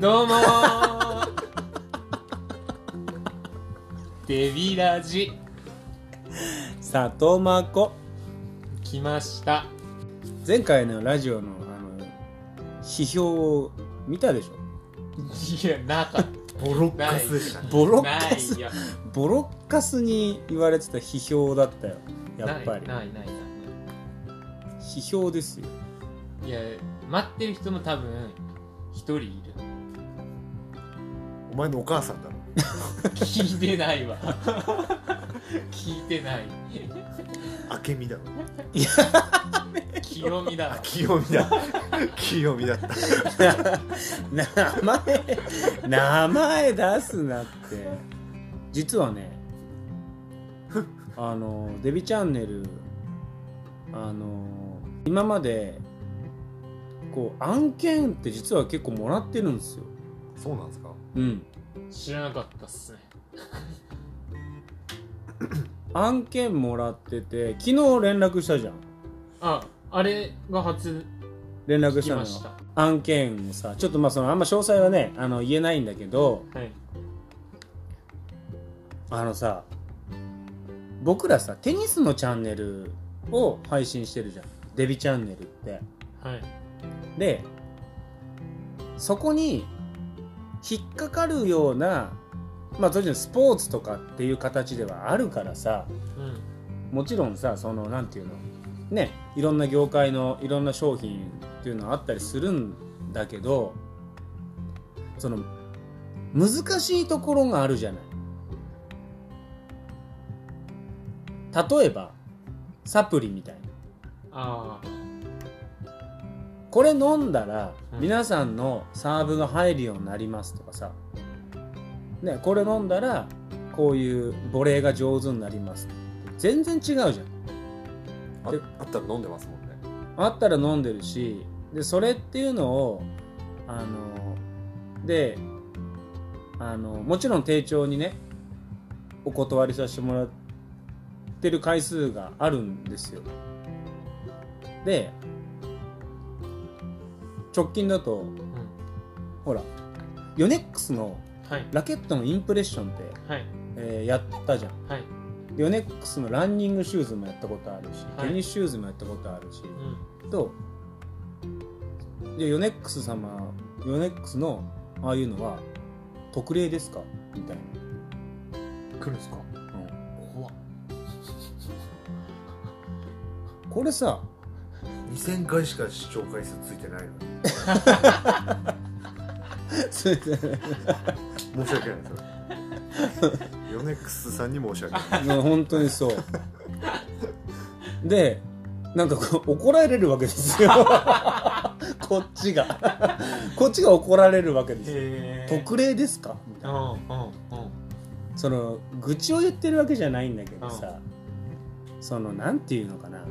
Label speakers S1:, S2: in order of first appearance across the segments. S1: どうもーデビラジ
S2: 里まこ
S1: 来ました
S2: 前回のラジオのあの批評を見たでしょ
S1: いやなかっ
S3: ボロッカスでしたね
S2: ボロ
S1: た
S2: ッ
S1: な
S2: カ
S1: い
S2: ス
S1: よ
S2: ボロッカスに言われてた批評だったよやっぱり
S1: ないないない
S2: 批評ですよ
S1: ないいや待ってる人も多分一人いる
S3: お前のお母さんだろ
S1: 聞いてないわ聞いてない
S3: 明美だろ
S1: 清美だわ
S3: 清美だ清美だった
S2: 名前 名前出すなって実はねあのデビチャンネルあの今までこう案件って実は結構もらってるんですよ
S3: そうなんですか
S2: うん
S1: 知らなかったっすね
S2: 案件もらってて昨日連絡したじゃん
S1: ああれが初
S2: 連絡
S1: 聞
S2: し
S1: き
S2: たの
S1: ま
S2: よ
S1: した
S2: 案件をさちょっとまあそのあんま詳細はねあの言えないんだけど
S1: はい
S2: あのさ僕らさテニスのチャンネルを配信してるじゃんデビチャンネルって
S1: はい
S2: でそこに引っかかるようなまあ当然スポーツとかっていう形ではあるからさ
S1: うん
S2: もちろんさそのなんていうのねいろんな業界のいろんな商品っていうのはあったりするんだけどその難しいところがあるじゃない例えばサプリみたいな
S1: あ
S2: これ飲んだら
S1: うん
S2: 皆さんのサーブが入るようになりますとかさ、ね、これ飲んだらこういうボレーが上手になります全然違うじゃん
S3: あ
S2: で
S3: あったら飲んでますもんね
S2: あったら飲んでるしでそれっていうのをあのであのもちろん丁重にねお断りさせてもらってる回数があるんですよで直近だ
S1: あ
S2: と
S1: うん
S2: ほらヨネックスの
S1: はい
S2: ラケットのインプレッションって、
S1: はい
S2: えーやったじゃん
S1: はい
S2: でヨネックスのランニングシューズもやったことあるし、
S1: はい
S2: テニスシューズもやったことあるし、
S1: うん
S2: とでヨネックス様ヨネックスのああいうのは特例ですかみたい
S1: 来るんすか
S2: な、
S1: 怖っ
S2: これさ
S3: 2000回しか視聴回数ついてないのに申し訳ないですよ ヨネックスさんに申し訳ない
S2: いや本当にそうでなんかこう怒られるわけですよこっちがこっちが怒られるわけですよ
S1: へえ
S2: 特例ですかみた
S1: う
S2: い
S1: ん
S2: な
S1: うんうん
S2: その愚痴を言ってるわけじゃないんだけどさそのなんていうのかな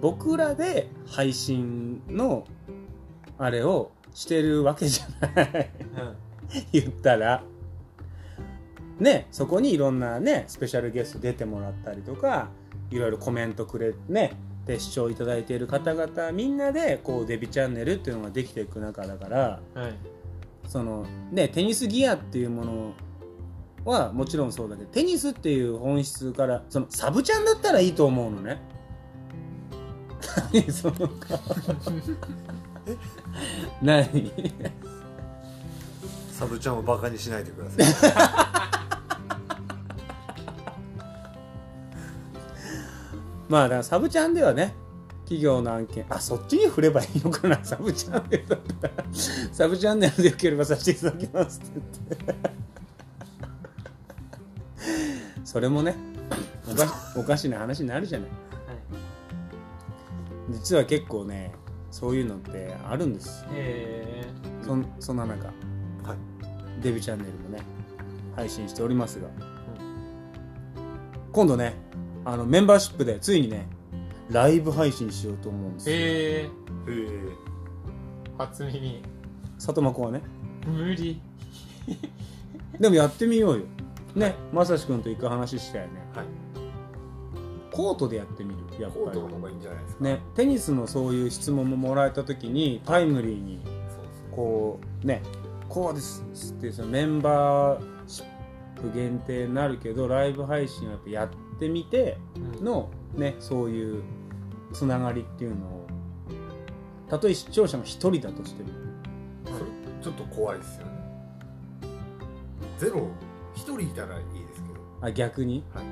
S2: 僕らで配信のあれをしてるわけじゃない
S1: うん
S2: 言ったらねそこにいろんなねスペシャルゲスト出てもらったりとかいろいろコメントくれねで視聴いただいている方々みんなでこうデビチャンネルっていうのができていく中だから
S1: はい
S2: そのねテニスギアっていうものはもちろんそうだけどテニスっていう本質からそのサブちゃんだったらいいと思うのね。 何その顔何
S3: サブちゃんをバカにしないでください
S2: まあだからサブちゃんではね企業の案件あそっちに振ればいいのかなサブチャンネルだったらサブチャンネルでよければさせていただきますって言ってそれもねおかしおかしな話になるじゃない
S1: はい
S2: 実は結構ねそういうのってあるんです
S1: へえ
S2: そんそんな中
S3: はい
S2: デビチャンネルもね配信しておりますが、今度ねあのメンバーシップでついにねライブ配信しようと思うんですよ
S1: へえ
S3: えー
S1: 初耳
S2: 里真子はね
S1: 無理
S2: でもやってみようよねまさしくんと一回話したよね
S3: はい
S2: コートでやってみるやっ
S3: コ
S2: ぱ
S3: ートの
S2: り
S3: 方がいいんじゃないですか
S2: ねテニスのそういう質問ももらえた時にタイムリーに
S3: そうですね
S2: こうねこうですってそのメンバーシップ限定になるけどライブ配信はやっぱやってみてのねそういうつながりっていうのをたとえ視聴者が一人だとしても
S3: それちょっと怖いですよねゼロ一人いたらいいですけど
S2: あ逆に、
S3: はい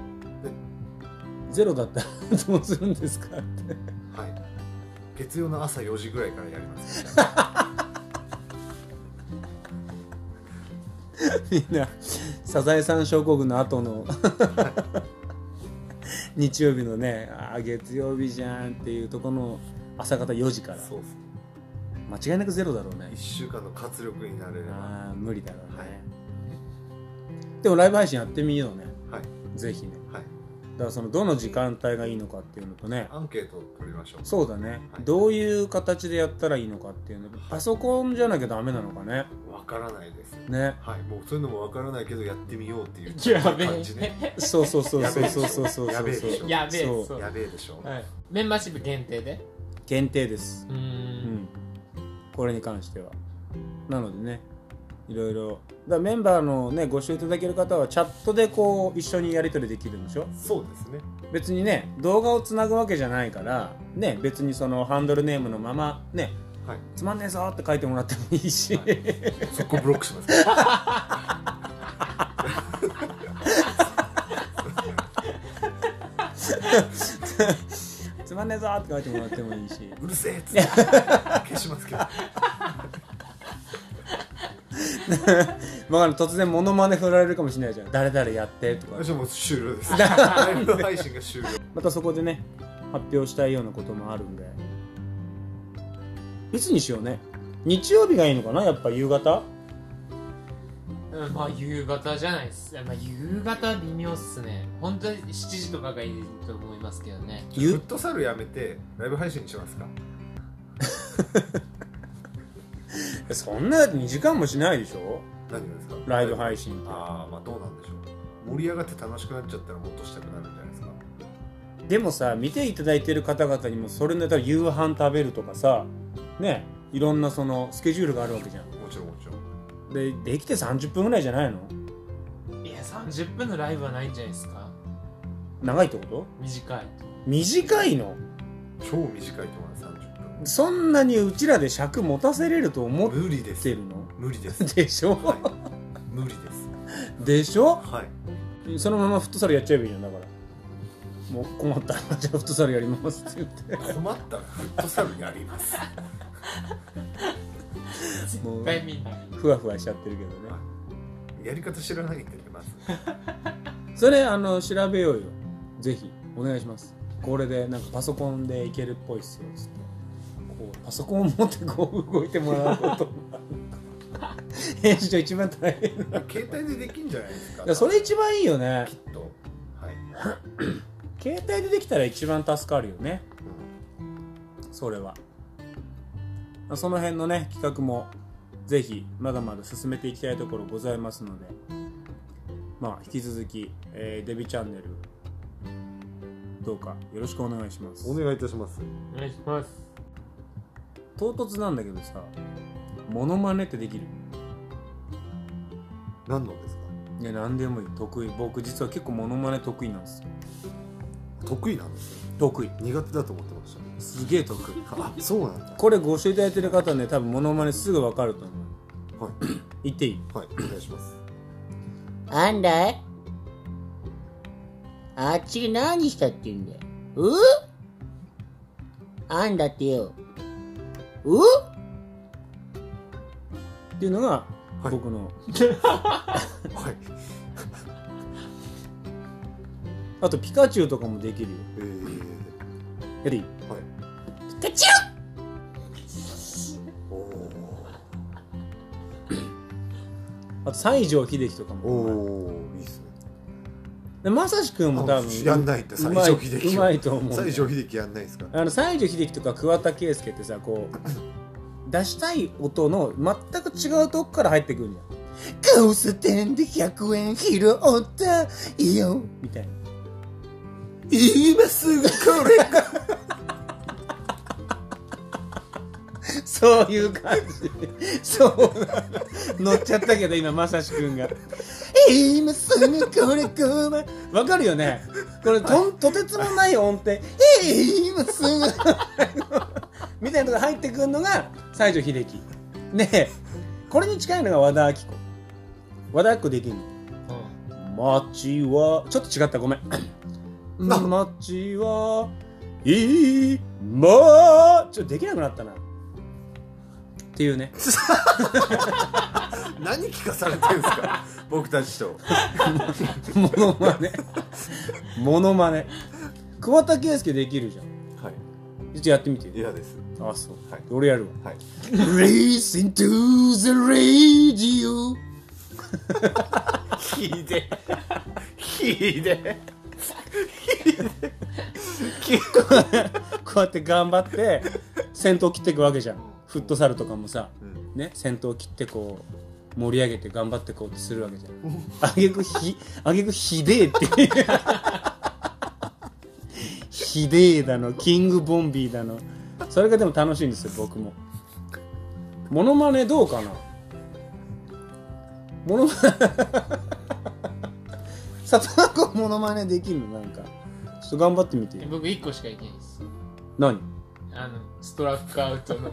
S2: ゼロだったらどうするんですかって
S3: はい月曜の朝4時ぐらいからやります
S2: みんなサザエさん症候群の後の 日曜日のねあー月曜日じゃんっていうとこの朝方4時から
S3: そうですね
S2: 間違いなくゼロだろうね
S3: 1週間の活力になれればは
S2: ああ無理だろうね、
S3: はい
S2: でもライブ配信やってみようね
S3: い
S2: ぜひねだ
S3: はい
S2: からそのどの時間帯がいいのかっていうのとね
S3: アンケートを取りましょう
S2: そうだね、
S3: はい
S2: どういう形でやったらいいのかっていうのパソコンじゃなきゃダメなのかね
S3: わからないです
S2: ね
S3: はいもうそういうのもわからないけどやってみようっていう
S1: やべ
S3: 感じで
S1: え。
S2: そうそうそうそうそうそうそう
S3: や
S2: そ
S3: べ
S2: う
S3: えでしょ
S1: やべえ。
S2: そう
S1: そう
S3: やべえでしょ
S1: はい。メンバーシップ限定で。
S2: 限定です
S1: うー。
S2: うんんこれに関してはなのでねいろいろだからメンバーのねご視聴いただける方はチャットでこう一緒にやり取りできるんでしょ
S3: そうですね
S2: 別にね動画をつなぐわけじゃないからね別にそのハンドルネームのままね
S3: はい
S2: つまんねえぞって書いてもらってもいいし、
S3: はそこブロックしますから
S2: つまんねえぞって書いてもらってもいいし
S3: うるせえっつって消しますけど
S2: まあ突然モノマネ振られるかもしれないじゃん誰々やってとか
S3: 私はもう終了ですライブ配信が終了
S2: またそこでね発表したいようなこともあるんでいつにしようね日曜日がいいのかなやっぱ夕方
S1: うんまあ夕方じゃないっす。まあ夕方微妙っすね。本当に7時とかがいいと思いますけどね。
S2: ゆ
S3: フットサルやめてライブ配信にしますか
S2: そんなだって2時間もしないでしょ
S3: 何がですか
S2: ライブ配信って
S3: ああまあどうなんでしょう盛り上がって楽しくなっちゃったらもっとしたくなるんじゃないですか
S2: でもさ見ていただいてる方々にもそれのたら夕飯食べるとかさねいろんなそのスケジュールがあるわけじゃん
S3: もちろんもちろん
S2: でできて30分ぐらいじゃないの
S1: いや、30分のライブはないんじゃないですか。
S2: 長いってこと
S1: 短い。
S2: 短いの
S3: 超短いと思います30
S2: そんなにうちらで尺持たせれると思っ
S3: 分無理です
S2: てるの
S3: 無理です
S2: でしょ
S3: はい無理です
S2: でしょ
S3: はい
S2: そのままフットサルやっちゃえばいいじゃんだからもう困ったらじゃあフットサルやりますって言って
S3: 困ったらフットサルやります
S2: もう
S1: 一回みんな。
S2: ふわふわしちゃってるけどね
S3: やり方知らないんでねまず
S2: それあの調べようよぜひお願いしますこれでなんかパソコンでいけるっぽいっすよつってこうパソコンを持ってこう動いてもらうことが編集長一番大変だか
S3: 携帯でできんじゃないですから
S2: それ一番いいよね
S3: きっとはい、
S2: 携帯でできたら一番助かるよねそれはその辺のね企画もぜひまだまだ進めていきたいところございますのでまあ引き続き、えーデビチャンネルどうかよろしくお願いします
S3: お願いいたします
S1: お願いします。
S2: 唐突なんだけどさモノマネってできる
S3: 何のですか
S2: いや何でもいい得意僕実は結構モノマネ得意なんですよ
S3: 得意なんですよ
S2: 得意
S3: 苦手だと思ってまし
S2: すげえ得意
S3: たあそうなんだ
S2: これご教えいただいてる方ね多分モノマネすぐ分かると思う
S3: は い
S2: 言っていい
S3: はいお願いします
S4: あんだいあっちで何したって言うんだよ。うあんだってよ。う
S2: っていうのが
S3: はい
S2: 僕の、
S3: はい
S2: あとピカチュウとかもできるよ
S3: えー、
S2: やっていい
S3: はい
S4: ピカチ
S3: おお
S2: あと西城秀樹とかも
S3: おおいいっすね
S2: でまさしくんも多
S3: あ
S2: 分
S3: やんないって西城秀樹
S2: うまいと思う
S3: 西城秀樹やんないですか
S2: あの西城秀樹とか桑田佳祐ってさこ う出したい音の全く違うとこから入ってくるじゃん
S4: ュカオス店で100円拾ったよ。
S2: みたいな
S3: 今すぐこれ
S2: そういう感じそう乗っちゃったけど今まさしくんが
S4: 今すぐこれこま
S2: わかるよねこれとんとてつもない音程
S4: 今すぐ
S2: みたいなとこ入ってくるのが西城秀樹ねこれに近いのが和田アキ子和田アキ子できる街はちょっと違ったごめん街はいいまちょっとできなくなったなっていうね
S3: 何聞かされてるんですか僕たちと
S2: モノマネモノマネ桑田佳祐できるじゃんち
S3: は
S2: ょっとやってみてよ
S3: 嫌です
S2: あそう、
S3: はい
S2: 俺やるわ
S3: はい
S4: Listen to the radio
S3: ひでひで
S2: こうやって頑張って先頭切っていくわけじゃんフットサルとかもさ
S3: うん
S2: ね先頭切ってこう盛り上げて頑張ってこうってするわけじゃんあげくひあげくひでえっていうひでえだのキングボンビーだのそれがでも楽しいんですよ僕もモノマネどうかなモノマネ 里中君モノマネできるのなんかちょっと頑張ってみて
S1: え
S2: よ
S1: 僕1個しかいけないです
S2: 何
S1: あのストラックアウト の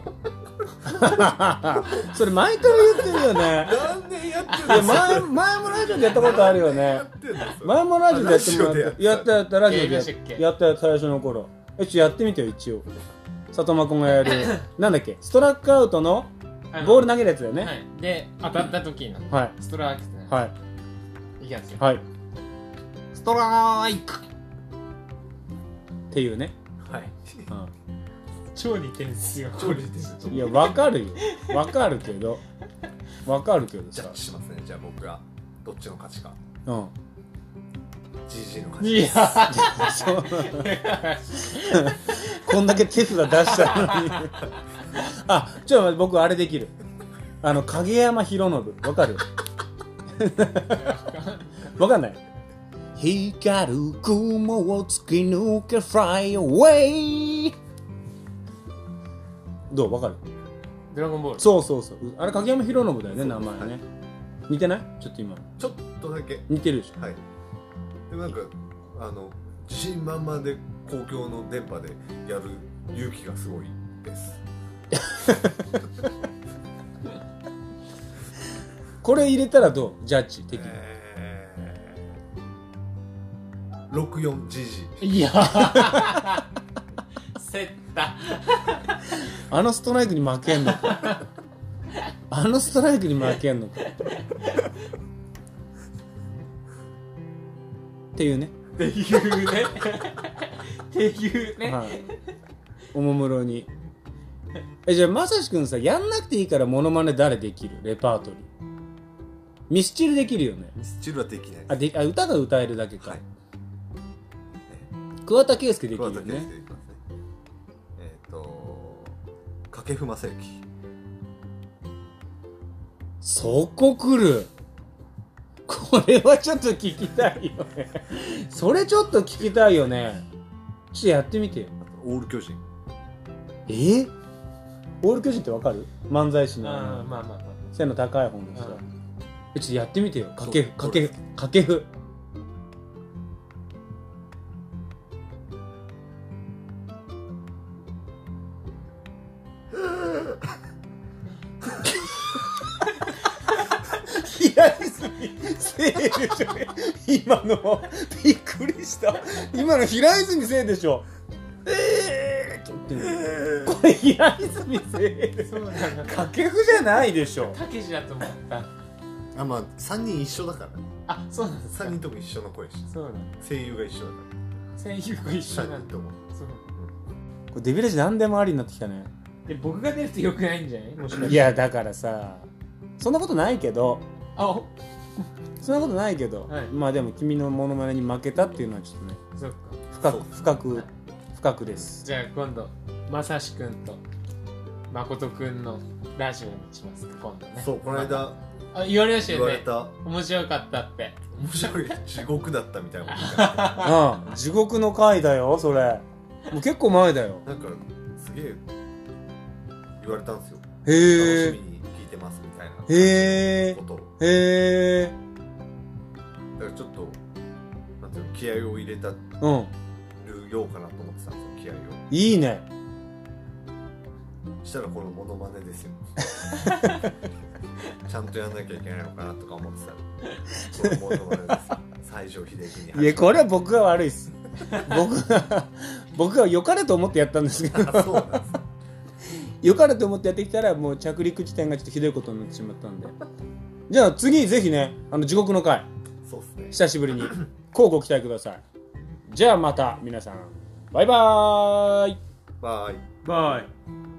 S2: それ毎回言ってるよね
S3: 何年やってん
S2: いや
S3: の
S2: 前前もラジオでやったことあるよね
S3: やってんのそれ
S2: 前もラジオでやってもらったや
S3: ラジオでや
S2: っ
S3: ったた
S2: やったラジオで
S1: や
S2: やっ
S1: りましたっけ
S2: やったやった最初の頃えちょやってみてよ一応里間君がやるなんだっけストラックアウトの
S1: あの
S2: ボール投げるやつだよ
S1: は
S2: ね
S1: い、で当たった時の
S2: はい
S1: ストライクってね、
S2: はい
S1: い、きますよ、
S2: はいっ
S1: ストライク
S2: ていうね、
S3: はい
S2: うん
S1: 超似てるんですよ
S3: 調理して
S2: いやわかるよわかるけどわかるけど
S3: ジ
S2: さ
S3: ャッジしますねじゃあ僕がどっちの勝ちか
S2: うん
S3: ジジイの勝ち
S1: いや
S2: そうこんだけ手札出したのにあちょっと待って僕あれできるあの影山博信わかる わかんない
S4: 光る雲を突き抜け Fly away
S2: どうわかる
S1: ドラゴンボール
S2: そうそうそうあれ影山博信だよね名前ね、
S3: はい
S2: 似てないちょっと今
S3: ちょっとだけ
S2: 似てるでし
S3: はいでもなんかあの自信満々で公共の電波でやる勇気がすごいです
S2: ょこれ入れたらどうジャッジ的に、
S3: えー、64ジジイ
S1: いや競った
S2: あのストライクに負けんのかあのストライクに負けんのかっていうね
S1: っていうね っていうね、
S2: はい、おもむろにえじゃあまさしくんさやんなくていいからモノマネ誰できるレパートリーミスチルできるよね
S3: ミスチルはできない
S2: あ
S3: で
S2: であ歌が歌えるだけか、
S3: はい
S2: 桑田佳祐
S3: す
S2: できる
S3: 桑
S2: よ
S3: 田佳
S2: ね
S3: 祐できますねえっ、ー、と掛布正幸
S2: そこ来るこれはちょっと聞きたいよねそれちょっと聞きたいよねちょっとやってみてよ
S3: あとオール巨人
S2: えオール巨人ってわかる漫才師
S1: うん
S2: のあの
S1: まあまあまあ
S2: 背の高い方の人
S1: う
S2: えちょっとやってみてよ掛布
S3: そう
S2: 掛布掛布
S4: 平泉
S2: せいでしょ今のびっくりした今の平泉せいでしょええー、って言ってるこれ平泉せいで
S1: そうだな
S2: 掛布じゃないでしょ
S1: たけしだと思った
S3: あまあ3人一緒だから
S1: あそうなんですか
S3: 3人とも一緒の声して
S1: そうなん
S3: 声優が一緒だか
S1: 声優が一緒
S3: ら
S1: な
S3: 3
S1: ん
S3: 人
S1: だ
S3: とも
S1: そう
S2: これデビレージ何でもありになってきたね
S1: で僕が出るとよくないんじゃないもしかして
S2: いやだからさそんなことないけど
S1: あお
S2: そんなことないけど、
S1: はい
S2: まあでも君のモノマネに負けたっていうのはちょっとね
S1: そっか
S2: 深
S3: そう
S2: く深く深くです
S1: じゃあ今度まさしくんとまことくんのラジオにします今度ね
S3: そうこの間
S1: あ言われました
S3: 言
S1: よ
S3: われ
S1: ね
S3: た
S1: 面白かったって
S3: 面白い地獄だったみたいなこと 言った
S2: うん地獄の回だよそれもう結構前だよ
S3: なんかすげえ言われたんですよ、
S2: へえ
S3: 楽しみに聞いてますみたいな
S2: へえ
S3: ことを
S2: へえ
S3: だからちょっとなんていうの気合を入れた
S2: うん
S3: るようかなと思ってたんですよ気合を
S2: いいね
S3: したらこのモノマ ネですよちゃんとやんなきゃいけないのかなとか思って たらこのモノマネですよ西城秀樹に
S2: いやこれは僕が悪いっす僕が僕が良かれと思ってやったんですけど
S3: あ そうなんです
S2: 良かれと思ってやってきたらもう着陸地点がちょっとひどいことになってしまったんで じゃあ次ぜひねあの地獄の回
S3: そうっす ね
S2: 久し ぶりに乞うご期待くださいじゃあまた皆さんバイバーイ
S3: バイ
S2: バイ